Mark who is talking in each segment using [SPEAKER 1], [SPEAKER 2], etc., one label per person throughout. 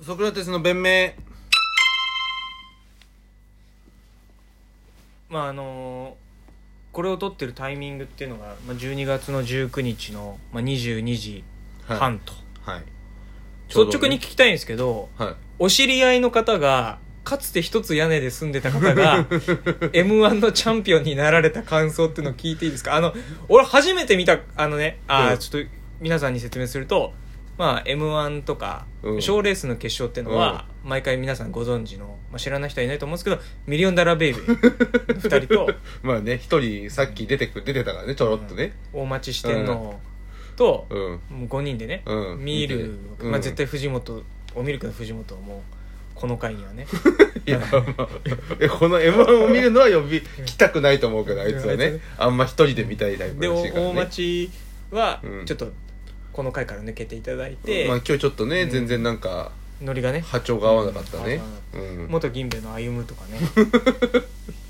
[SPEAKER 1] ソクラテスの弁明
[SPEAKER 2] まああのこれを撮ってるタイミングっていうのが、まあ、12月の19日の、まあ、22時半と、
[SPEAKER 1] はい
[SPEAKER 2] 率直に聞きたいんですけど
[SPEAKER 1] はい
[SPEAKER 2] お知り合いの方がかつて一つ屋根で住んでた方 が m 1のチャンピオンになられた感想っていうのを聞いていいですかあの俺初めて見たあのねあ
[SPEAKER 1] う
[SPEAKER 2] ー
[SPEAKER 1] ん
[SPEAKER 2] ちょっと皆さんに説明すると、まあ、m 1とか
[SPEAKER 1] うん
[SPEAKER 2] 賞、レースの決勝っていうのは、毎回皆さんご存知の、まあ、知らない人はいないと思うんですけどミリオンダラーベイビー 2人と
[SPEAKER 1] まあね一人さっき出てく出てたからねちょろっとね
[SPEAKER 2] 大町四天王と、
[SPEAKER 1] うん
[SPEAKER 2] もう5人でね、
[SPEAKER 1] うん
[SPEAKER 2] 見る、
[SPEAKER 1] うん
[SPEAKER 2] まあ、絶対藤本おミルクの藤本はもうこの回にはね
[SPEAKER 1] いやまあえこの m 1を見るのは呼び来たくないと思うけどあいつは
[SPEAKER 2] あいつは
[SPEAKER 1] ね
[SPEAKER 2] ね
[SPEAKER 1] あんま一人で見たいタイプ
[SPEAKER 2] で
[SPEAKER 1] らしいから
[SPEAKER 2] 大
[SPEAKER 1] ね
[SPEAKER 2] 町は
[SPEAKER 1] うん
[SPEAKER 2] ちょっとこの回から抜けていただいて、
[SPEAKER 1] まあ今日ちょっとね
[SPEAKER 2] うん
[SPEAKER 1] 全然なんか
[SPEAKER 2] ノリがね
[SPEAKER 1] 波長が合わなかったね うん
[SPEAKER 2] 元銀兵衛の歩むと かね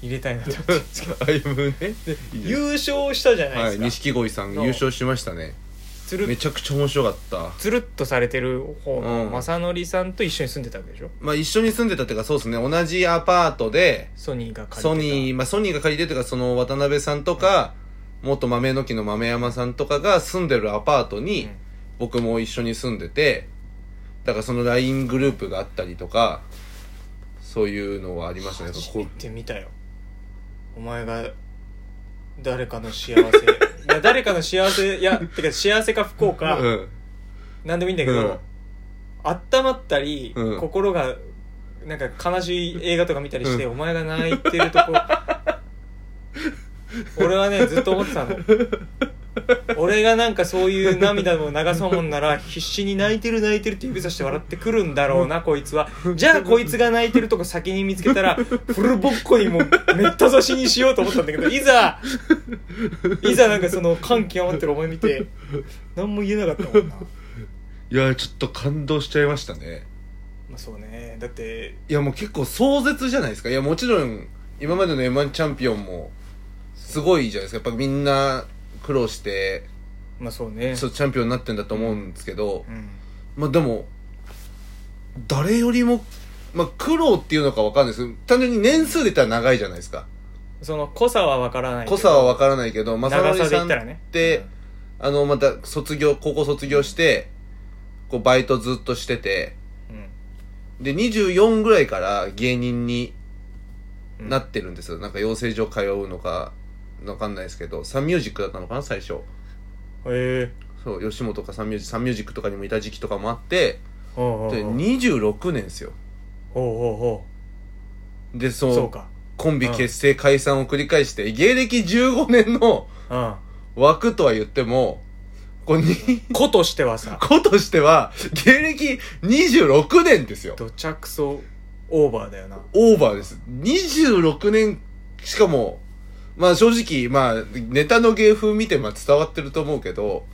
[SPEAKER 2] 入れたいなと思って
[SPEAKER 1] 歩むねいい です
[SPEAKER 2] 優勝したじゃない
[SPEAKER 1] は
[SPEAKER 2] で
[SPEAKER 1] い
[SPEAKER 2] すか、
[SPEAKER 1] 錦鯉さん
[SPEAKER 2] そう
[SPEAKER 1] 優勝しましたね
[SPEAKER 2] つる
[SPEAKER 1] めちゃくちゃ面白かった
[SPEAKER 2] つるっとされてる方
[SPEAKER 1] う
[SPEAKER 2] の
[SPEAKER 1] ん
[SPEAKER 2] 正則さんと一緒に住んでたわけでしょ
[SPEAKER 1] まあ一緒に住んでたっていうかそうですね同じアパートで
[SPEAKER 2] ソニーが借りてた
[SPEAKER 1] ソニー、まあ、ソニーが借りてるというか、その渡辺さんとか、元豆の木の豆山さんとかが住んでるアパート
[SPEAKER 2] う
[SPEAKER 1] に
[SPEAKER 2] ん、
[SPEAKER 1] 僕も一緒に住んでて、だからその LINE グループがあったりとか、そういうのはありましたね。
[SPEAKER 2] 初
[SPEAKER 1] こ
[SPEAKER 2] め
[SPEAKER 1] う
[SPEAKER 2] て見たよお前が誰かの幸せいや誰かの幸せいやてか幸せか不幸か、
[SPEAKER 1] うん。
[SPEAKER 2] なんでもいいんだけ
[SPEAKER 1] うん
[SPEAKER 2] ど、あったまったり、
[SPEAKER 1] うん
[SPEAKER 2] 心がなんか悲しい映画とか見たりして、お前が泣いてると こ俺はねずっと思ってたの俺がなんかそういう涙を流そうもんなら必死に泣いてる泣いてるって指さして笑ってくるんだろうなこいつはじゃあこいつが泣いてるとこ先に見つけたらフルボッコにもうめった刺しにしようと思ったんだけどいざいざなんかその感極まってるお前見て何も言えなかったもんな。
[SPEAKER 1] いや、ちょっと感動しちゃいましたね。
[SPEAKER 2] まあそうねだって
[SPEAKER 1] いや、もう結構壮絶じゃないですか。いや、もちろん、今までの M1 チャンピオンも、すごいじゃないですか。やっぱみんな苦労して、
[SPEAKER 2] まあそうね
[SPEAKER 1] そうチャンピオンになってんだと思うんですけど、
[SPEAKER 2] うん
[SPEAKER 1] まあでも誰よりも、まあ、苦労っていうのかわかんないです単純に年数で言ったら長いじゃないですか
[SPEAKER 2] その濃さは分からないけど
[SPEAKER 1] 濃さはわからないけど正
[SPEAKER 2] 長
[SPEAKER 1] 則
[SPEAKER 2] さで
[SPEAKER 1] さ
[SPEAKER 2] 言
[SPEAKER 1] ん
[SPEAKER 2] っ
[SPEAKER 1] った
[SPEAKER 2] らね
[SPEAKER 1] て、あのまた卒業高校卒業してこうバイトずっとしてて
[SPEAKER 2] うん
[SPEAKER 1] で24ぐらいから芸人に
[SPEAKER 2] うん
[SPEAKER 1] なってるんですよ、なんか養成所通うのかわかんないですけどサンミュージックだったのかな最初
[SPEAKER 2] へえ
[SPEAKER 1] そう吉本かサンミュージサンミュージックとかにもいた時期とかもあって
[SPEAKER 2] ほうほう
[SPEAKER 1] で
[SPEAKER 2] ほう
[SPEAKER 1] 26年ですよ
[SPEAKER 2] ほうほ
[SPEAKER 1] で
[SPEAKER 2] うほ
[SPEAKER 1] そうう
[SPEAKER 2] そうか
[SPEAKER 1] コンビ結成解散を繰り返して、芸歴15年の
[SPEAKER 2] うん
[SPEAKER 1] 枠とは言っても、こうに、
[SPEAKER 2] 子としてはさ
[SPEAKER 1] 子としては、芸歴26年ですよ。
[SPEAKER 2] どちゃくそオーバーだよな
[SPEAKER 1] オーバーです。26年、しかも、まあ正直、まあ、ネタの芸風見て、まあ伝わってると思うけど、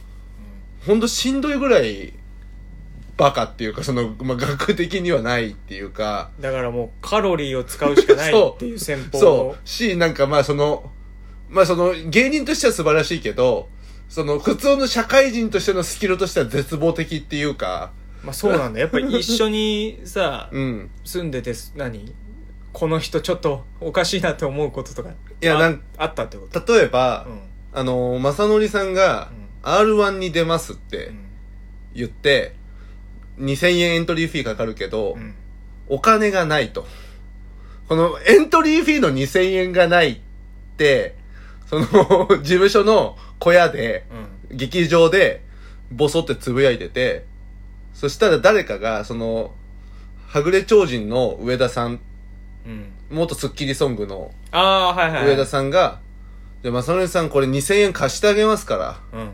[SPEAKER 1] ほんとしんどいぐらい、バカっていうか、その、まあ学的にはないっていうか、
[SPEAKER 2] だからもうカロリーを使うしかない
[SPEAKER 1] そう
[SPEAKER 2] っていう戦法を
[SPEAKER 1] そう。し、なんかまあその、まあその芸人としては素晴らしいけど、その普通の社会人としてのスキルとしては絶望的っていうか、
[SPEAKER 2] まあそうなんだやっぱり一緒にさ
[SPEAKER 1] うん。
[SPEAKER 2] 住んでて何この人ちょっとおかしいなって思うこととか
[SPEAKER 1] いや、
[SPEAKER 2] あ
[SPEAKER 1] なん
[SPEAKER 2] あったってこと
[SPEAKER 1] 例えば、
[SPEAKER 2] うん
[SPEAKER 1] あの、正則さんが
[SPEAKER 2] うん
[SPEAKER 1] R1 に出ますっ
[SPEAKER 2] う
[SPEAKER 1] て
[SPEAKER 2] ん
[SPEAKER 1] 言って、2000円エントリーフィーかかるけど、
[SPEAKER 2] うん
[SPEAKER 1] お金がないと。このエントリーフィーの2000円がないって、その 事務所の小屋で、
[SPEAKER 2] うん
[SPEAKER 1] 劇場で、ボソってつぶやいてて、そしたら誰かが、その、はぐれ超人の上田さん、
[SPEAKER 2] うん
[SPEAKER 1] 元スッキリソングの
[SPEAKER 2] ああはいはいはい
[SPEAKER 1] 上田さんが、じゃあ、まさのりさんこれ2000円貸してあげますから、
[SPEAKER 2] うん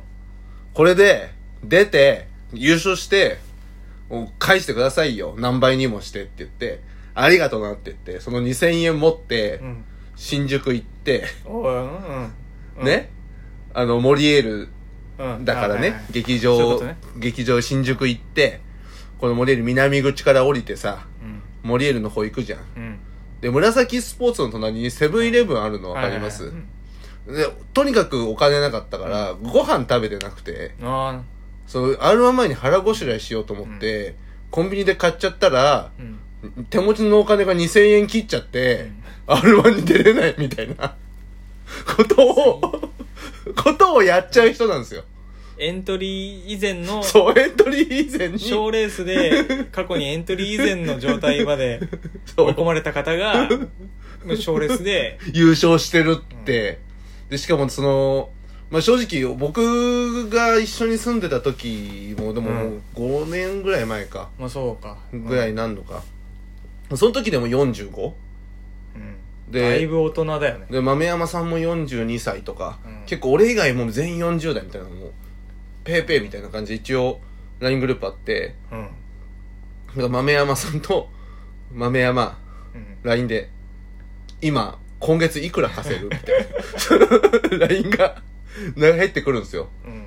[SPEAKER 1] これで、出て、優勝して、もう返してくださいよ。何倍にもしてって言って、ありがとうなって言って、その2000円持って
[SPEAKER 2] う、ん
[SPEAKER 1] 新宿行って、
[SPEAKER 2] おいうんうん
[SPEAKER 1] ね、あの、モリエール
[SPEAKER 2] うん
[SPEAKER 1] だからね、
[SPEAKER 2] はいはいはい
[SPEAKER 1] 劇
[SPEAKER 2] そういうこ
[SPEAKER 1] 場、
[SPEAKER 2] とね
[SPEAKER 1] 劇場新宿行って、このモリエル南口から降りてさ、
[SPEAKER 2] うん
[SPEAKER 1] モリエルの方行くじゃん。
[SPEAKER 2] うん
[SPEAKER 1] で、紫スポーツの隣にセブンイレブンあるのわかります、
[SPEAKER 2] はいはいはい
[SPEAKER 1] で、とにかくお金なかったから、ご飯食べてなくて、
[SPEAKER 2] うんあ
[SPEAKER 1] その R1 前に腹ごしらえしようと思って、コンビニで買っちゃったら、
[SPEAKER 2] うん
[SPEAKER 1] 手持ちのお金が2000円切っちゃって、R1 に出れないみたいな、ことを、ことをやっちゃう人なんですよ。
[SPEAKER 2] エントリー以前の
[SPEAKER 1] そう、エントリー以前に、
[SPEAKER 2] 賞レース で過去にエントリー以前の状態まで
[SPEAKER 1] そ
[SPEAKER 2] 追い込
[SPEAKER 1] う
[SPEAKER 2] まれた 方が賞レースで
[SPEAKER 1] 優勝してるって。で、しかもその、まあ、正直、僕が一緒に住んでた時も、でももう5年ぐらい前か、
[SPEAKER 2] まあそうか
[SPEAKER 1] ぐらいになんのか。その時でも 45?
[SPEAKER 2] うん
[SPEAKER 1] で
[SPEAKER 2] だいぶ大人だよね
[SPEAKER 1] で豆山さんも42歳とか、
[SPEAKER 2] うん
[SPEAKER 1] 結構俺以外も全員40代みたいなのもペーペーみたいな感じで一応 LINE グループあって
[SPEAKER 2] うんうん
[SPEAKER 1] だから豆山さんと豆山 LINE で今今月いくら稼ぐみたい な LINE がなんか入ってくるんですよ
[SPEAKER 2] うん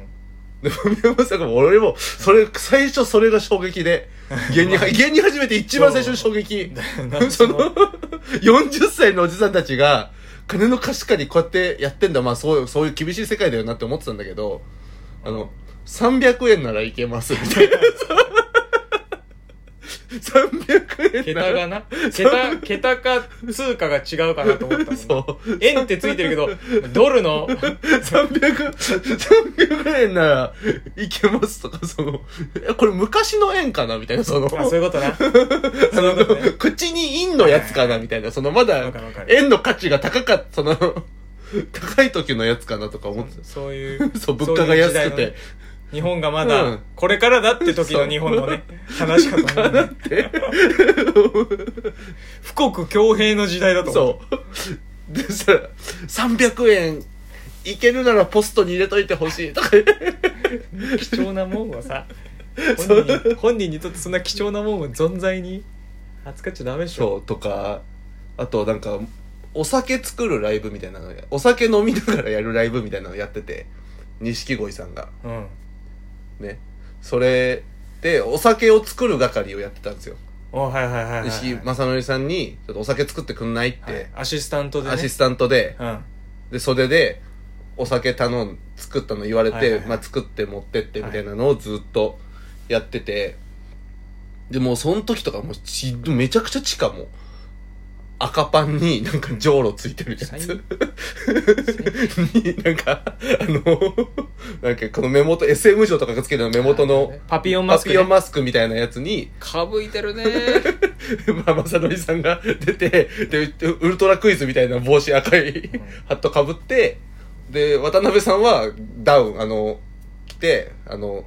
[SPEAKER 1] で豆山さんが俺もそれ最初それが衝撃で芸 人芸人始めて一番最初の衝撃
[SPEAKER 2] だよ な
[SPEAKER 1] その、40歳のおじさんたちが、金の貸し借りこうやってやってんだ、まあそう、そういう厳しい世界だよなって思ってたんだけど、あの、300円ならいけます、みたい な。300円な
[SPEAKER 2] 桁
[SPEAKER 1] ら。
[SPEAKER 2] がな 桁桁か通貨が違うかなと思ったもん
[SPEAKER 1] そ
[SPEAKER 2] な
[SPEAKER 1] う。
[SPEAKER 2] 円ってついてるけどドルの
[SPEAKER 1] 300、300円ならいけますとか、その、えこれ昔の円かなみたいな、その。
[SPEAKER 2] あそういうこ となそういうことね
[SPEAKER 1] 口にインのやつかなみたいな、そのまだ
[SPEAKER 2] わかるわか、る
[SPEAKER 1] 円の価値が高かった、その、高い時のやつかなとか思って
[SPEAKER 2] そういう
[SPEAKER 1] た。 そう、物価が安く
[SPEAKER 2] そういう時代の
[SPEAKER 1] て
[SPEAKER 2] ね。日本がま
[SPEAKER 1] う
[SPEAKER 2] だ
[SPEAKER 1] ん
[SPEAKER 2] これからだって時の日本のね話し方 もね富国強兵の時代だと思う
[SPEAKER 1] そう。でさ、300円いけるならポストに入れといてほしいとか。
[SPEAKER 2] 貴重なもん はさ本人に本人にとってそんな貴重なもんを存在に扱っちゃダメでしょ
[SPEAKER 1] そう、とか、あとなんか、お酒作るライブみたいなのや、お酒飲みながらやるライブみたいなのやってて、錦鯉さんが。
[SPEAKER 2] う、うん、
[SPEAKER 1] ね。それで、お酒を作る係をやってたんですよ。
[SPEAKER 2] おはいはいはいはい、
[SPEAKER 1] 西井正則さんに、ちょっとお酒作ってくんないって、
[SPEAKER 2] はいアシスタントで、ね、
[SPEAKER 1] アシスタントで、
[SPEAKER 2] うん
[SPEAKER 1] で、袖で、お酒頼ん、作ったの言われて、
[SPEAKER 2] はいはいはい
[SPEAKER 1] まあ作って持ってってみたいなのをずっとやってて、で、もうその時とかもうち、めちゃくちゃ地下もう、赤パンになんかじょうろついてるや
[SPEAKER 2] 最
[SPEAKER 1] つ。 に、なんか、あの、なんかこの目元、SM 嬢とかがつけてる目元の、
[SPEAKER 2] パピオンマ
[SPEAKER 1] マ
[SPEAKER 2] ス
[SPEAKER 1] ス
[SPEAKER 2] ク
[SPEAKER 1] ク
[SPEAKER 2] ね、
[SPEAKER 1] 用マスクみたいなやつに、
[SPEAKER 2] かぶいてるね
[SPEAKER 1] まあ、まさのりさんが出て、で、ウルトラクイズみたいな帽子赤いハットかぶって、で、渡辺さんはダウン、あの、来て、あの、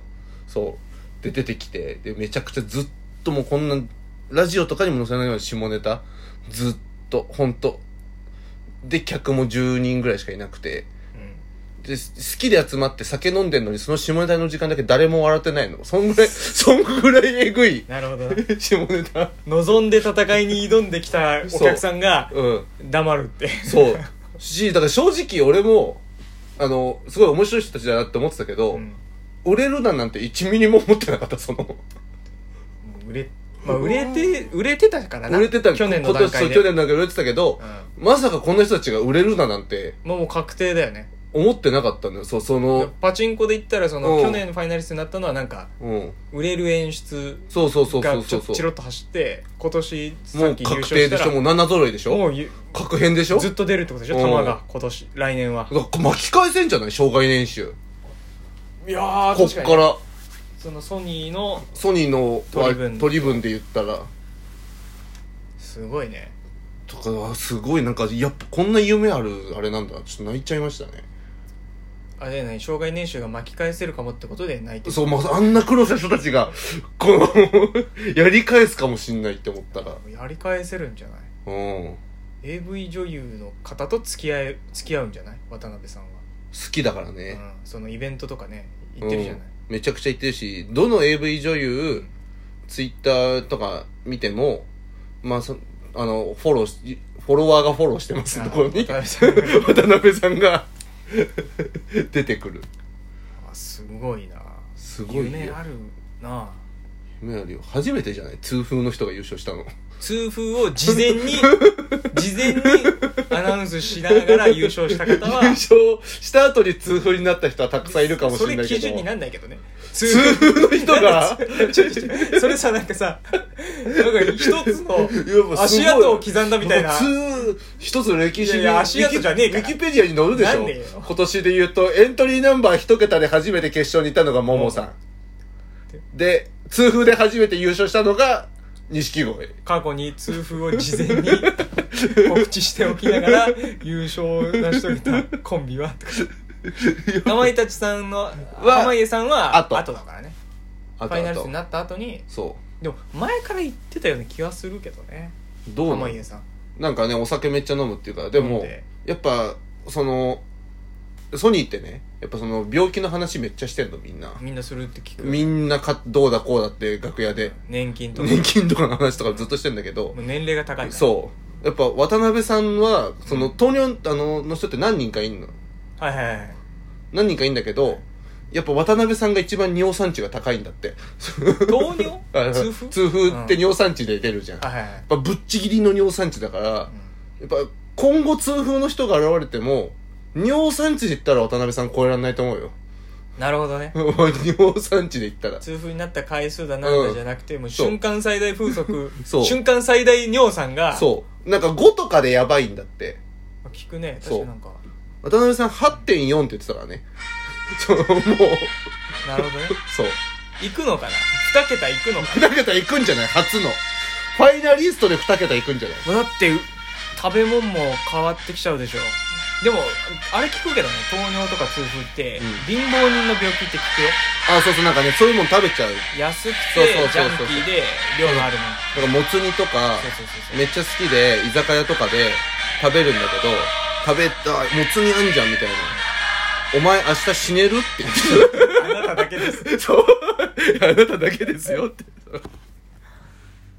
[SPEAKER 1] そう、で、出てきて、で、めちゃくちゃずっともうこんな、ラジオとかにも載せないような下ネタ、ずっと、ほんと。で、客も10人ぐらいしかいなくて、で、好きで集まって酒飲んでんのに、その下ネタの時間だけ誰も笑ってないの。そんぐらい、そんぐらいえぐい
[SPEAKER 2] なるほどな
[SPEAKER 1] 下ネタ。
[SPEAKER 2] 望んで戦いに挑んできたお客さんが
[SPEAKER 1] うん。
[SPEAKER 2] 黙るって
[SPEAKER 1] そう。し、だから正直俺も、あの、すごい面白い人たちだなって思ってたけど、
[SPEAKER 2] うん
[SPEAKER 1] 売れるなんなんて1ミリも思ってなかった、その。
[SPEAKER 2] もう売れ、まあ、売れて売れてたからな
[SPEAKER 1] 売れてた
[SPEAKER 2] 去年の
[SPEAKER 1] 今
[SPEAKER 2] 段
[SPEAKER 1] 年そ
[SPEAKER 2] 階
[SPEAKER 1] う
[SPEAKER 2] で
[SPEAKER 1] 去年の段階で売れてたけど、まさかこんな人たちが売れるななんて
[SPEAKER 2] うん、もうもう確定だよね
[SPEAKER 1] 思ってなかったんだよ。そう、その、
[SPEAKER 2] パチンコで言ったらそ
[SPEAKER 1] うん
[SPEAKER 2] の去年ファイナリストになったのはなんか
[SPEAKER 1] うん。
[SPEAKER 2] 売れる演出
[SPEAKER 1] そうそうそうそ
[SPEAKER 2] が
[SPEAKER 1] う
[SPEAKER 2] ち
[SPEAKER 1] そ
[SPEAKER 2] ょ
[SPEAKER 1] う
[SPEAKER 2] っとチ
[SPEAKER 1] そ
[SPEAKER 2] ロ
[SPEAKER 1] う。
[SPEAKER 2] ッと走って今年さ
[SPEAKER 1] も
[SPEAKER 2] っ
[SPEAKER 1] う
[SPEAKER 2] き優勝
[SPEAKER 1] 確定
[SPEAKER 2] し
[SPEAKER 1] で
[SPEAKER 2] た
[SPEAKER 1] しょ、もう
[SPEAKER 2] ら
[SPEAKER 1] 7揃いでし
[SPEAKER 2] も
[SPEAKER 1] ょ
[SPEAKER 2] うゆ
[SPEAKER 1] 確変でしょ
[SPEAKER 2] ずっと出るってことでしょ球
[SPEAKER 1] うん
[SPEAKER 2] が今年来年は
[SPEAKER 1] だから巻き返せんじゃない障害年収。
[SPEAKER 2] いやー
[SPEAKER 1] こっ
[SPEAKER 2] 確か
[SPEAKER 1] か
[SPEAKER 2] にね
[SPEAKER 1] ら、
[SPEAKER 2] そのソニーの
[SPEAKER 1] ソニーの
[SPEAKER 2] 取り分
[SPEAKER 1] 取り分で言ったら。
[SPEAKER 2] すごいね
[SPEAKER 1] とかあすごいなんかやっぱこんな夢あるあれなんだちょっと泣いちゃいましたね
[SPEAKER 2] あれ何障害年収が巻き返せるかもってことで泣いてる
[SPEAKER 1] そう、まあ、あんな苦労した人たちがこの やり返すかもしんないって思ったら
[SPEAKER 2] やり返せるんじゃない
[SPEAKER 1] うん好
[SPEAKER 2] AV 女優の方と付き合え付き合うんじゃない渡辺さんは、
[SPEAKER 1] きだから
[SPEAKER 2] う
[SPEAKER 1] ね、
[SPEAKER 2] ん、そのイベントとかね行ってるじゃない、
[SPEAKER 1] うんめちゃくちゃ言ってるしどの AV 女優ツイッターとか見てもまあそあのフォローしフォロワーがフォローしてます
[SPEAKER 2] あ
[SPEAKER 1] ところに渡
[SPEAKER 2] 渡辺さんが
[SPEAKER 1] 辺さんが 出てくる
[SPEAKER 2] あすごいな
[SPEAKER 1] すごいよ
[SPEAKER 2] 夢あるな
[SPEAKER 1] 夢あるよ初めてじゃない痛風の人が優勝したの
[SPEAKER 2] 痛風を事前に事前にアナウンスしながら優勝した方は
[SPEAKER 1] 優勝した後に痛風になった人はたくさんいるかもしれない
[SPEAKER 2] そ
[SPEAKER 1] け
[SPEAKER 2] れ基準に
[SPEAKER 1] ど
[SPEAKER 2] なんないけどね
[SPEAKER 1] 痛風の人が
[SPEAKER 2] ちょいちょいそれさなんかさなんか一つ
[SPEAKER 1] ごい
[SPEAKER 2] の足跡を刻んだみたいな
[SPEAKER 1] 普通一つの歴史に
[SPEAKER 2] いやいや足跡じゃねえから
[SPEAKER 1] ウィキウィキペディアに載るでし
[SPEAKER 2] なん
[SPEAKER 1] ょ
[SPEAKER 2] でよ
[SPEAKER 1] 今年で言うとエントリーナンバー一桁で初めて決勝に行ったのがモモさんで痛風で初めて優勝したのが錦鯉
[SPEAKER 2] 過去に痛風を事 前に告知しておきながら優勝を成し遂げたコンビはとかかまいたちさんの濱家さんは
[SPEAKER 1] 後
[SPEAKER 2] 後だからねフ
[SPEAKER 1] あと
[SPEAKER 2] ァイナ
[SPEAKER 1] あ
[SPEAKER 2] リスト
[SPEAKER 1] と
[SPEAKER 2] になった後に
[SPEAKER 1] そ
[SPEAKER 2] でも前から言ってたような気はするけどね
[SPEAKER 1] うどうな
[SPEAKER 2] 濱
[SPEAKER 1] の
[SPEAKER 2] 家さん
[SPEAKER 1] なんかねお酒めっちゃ飲むっていうからで
[SPEAKER 2] 飲ん
[SPEAKER 1] も
[SPEAKER 2] で
[SPEAKER 1] やっぱそのソニーってねやっぱその病気の話めっちゃしてんのみんな
[SPEAKER 2] みんなするって聞く
[SPEAKER 1] みんなかどうだこうだって楽屋で
[SPEAKER 2] 年金とか
[SPEAKER 1] 年金とかの話とかずっとしてんだけど
[SPEAKER 2] もう年齢が高いから
[SPEAKER 1] そうやっぱ渡辺さんはその糖尿あのの人って何人かいんの
[SPEAKER 2] はいはいはい
[SPEAKER 1] 何人かいんだけどやっぱ渡辺さんが一番尿酸値が高いんだって
[SPEAKER 2] 糖尿痛風
[SPEAKER 1] 痛風って
[SPEAKER 2] うん
[SPEAKER 1] 尿酸値で出るじゃん、
[SPEAKER 2] はい
[SPEAKER 1] やっ
[SPEAKER 2] はいはい
[SPEAKER 1] ぱぶっちぎりの尿酸値だから、やっぱ今後痛風の人が現れても尿酸値で言ったら渡辺さん超えられないと思うよ
[SPEAKER 2] なるほどね
[SPEAKER 1] 尿酸値で言ったら
[SPEAKER 2] 痛風になった回数だなんだじゃなくて、もう
[SPEAKER 1] そう
[SPEAKER 2] 瞬間最大風速
[SPEAKER 1] そう
[SPEAKER 2] 瞬間最大尿酸が
[SPEAKER 1] そうなんか5とかでやばいんだって
[SPEAKER 2] 聞くね確
[SPEAKER 1] そ
[SPEAKER 2] か
[SPEAKER 1] う
[SPEAKER 2] になんか
[SPEAKER 1] 渡辺さん8.4って言ってたからね ちょもう
[SPEAKER 2] なるほどね
[SPEAKER 1] そう
[SPEAKER 2] 行くのかな二桁行くのか
[SPEAKER 1] 2桁いくんじゃない初のファイナリストで2桁いくんじゃない
[SPEAKER 2] なだって食べ物も変わってきちゃうでしょでもあれ聞くけどね糖尿とか痛風って、
[SPEAKER 1] うん
[SPEAKER 2] 貧乏人の病気って聞くよ
[SPEAKER 1] あそうそうなんかねそういうもん食べちゃう
[SPEAKER 2] 安くて
[SPEAKER 1] そうそうそうそう
[SPEAKER 2] ジャンキーで量のあるもの、
[SPEAKER 1] だからもつ煮とか
[SPEAKER 2] そうそうそうそう
[SPEAKER 1] めっちゃ好きで居酒屋とかで食べるんだけど食べたもつ煮あんじゃんみたいなお前明日死ねるって言って
[SPEAKER 2] あなただけです
[SPEAKER 1] そう。あなただけですよって。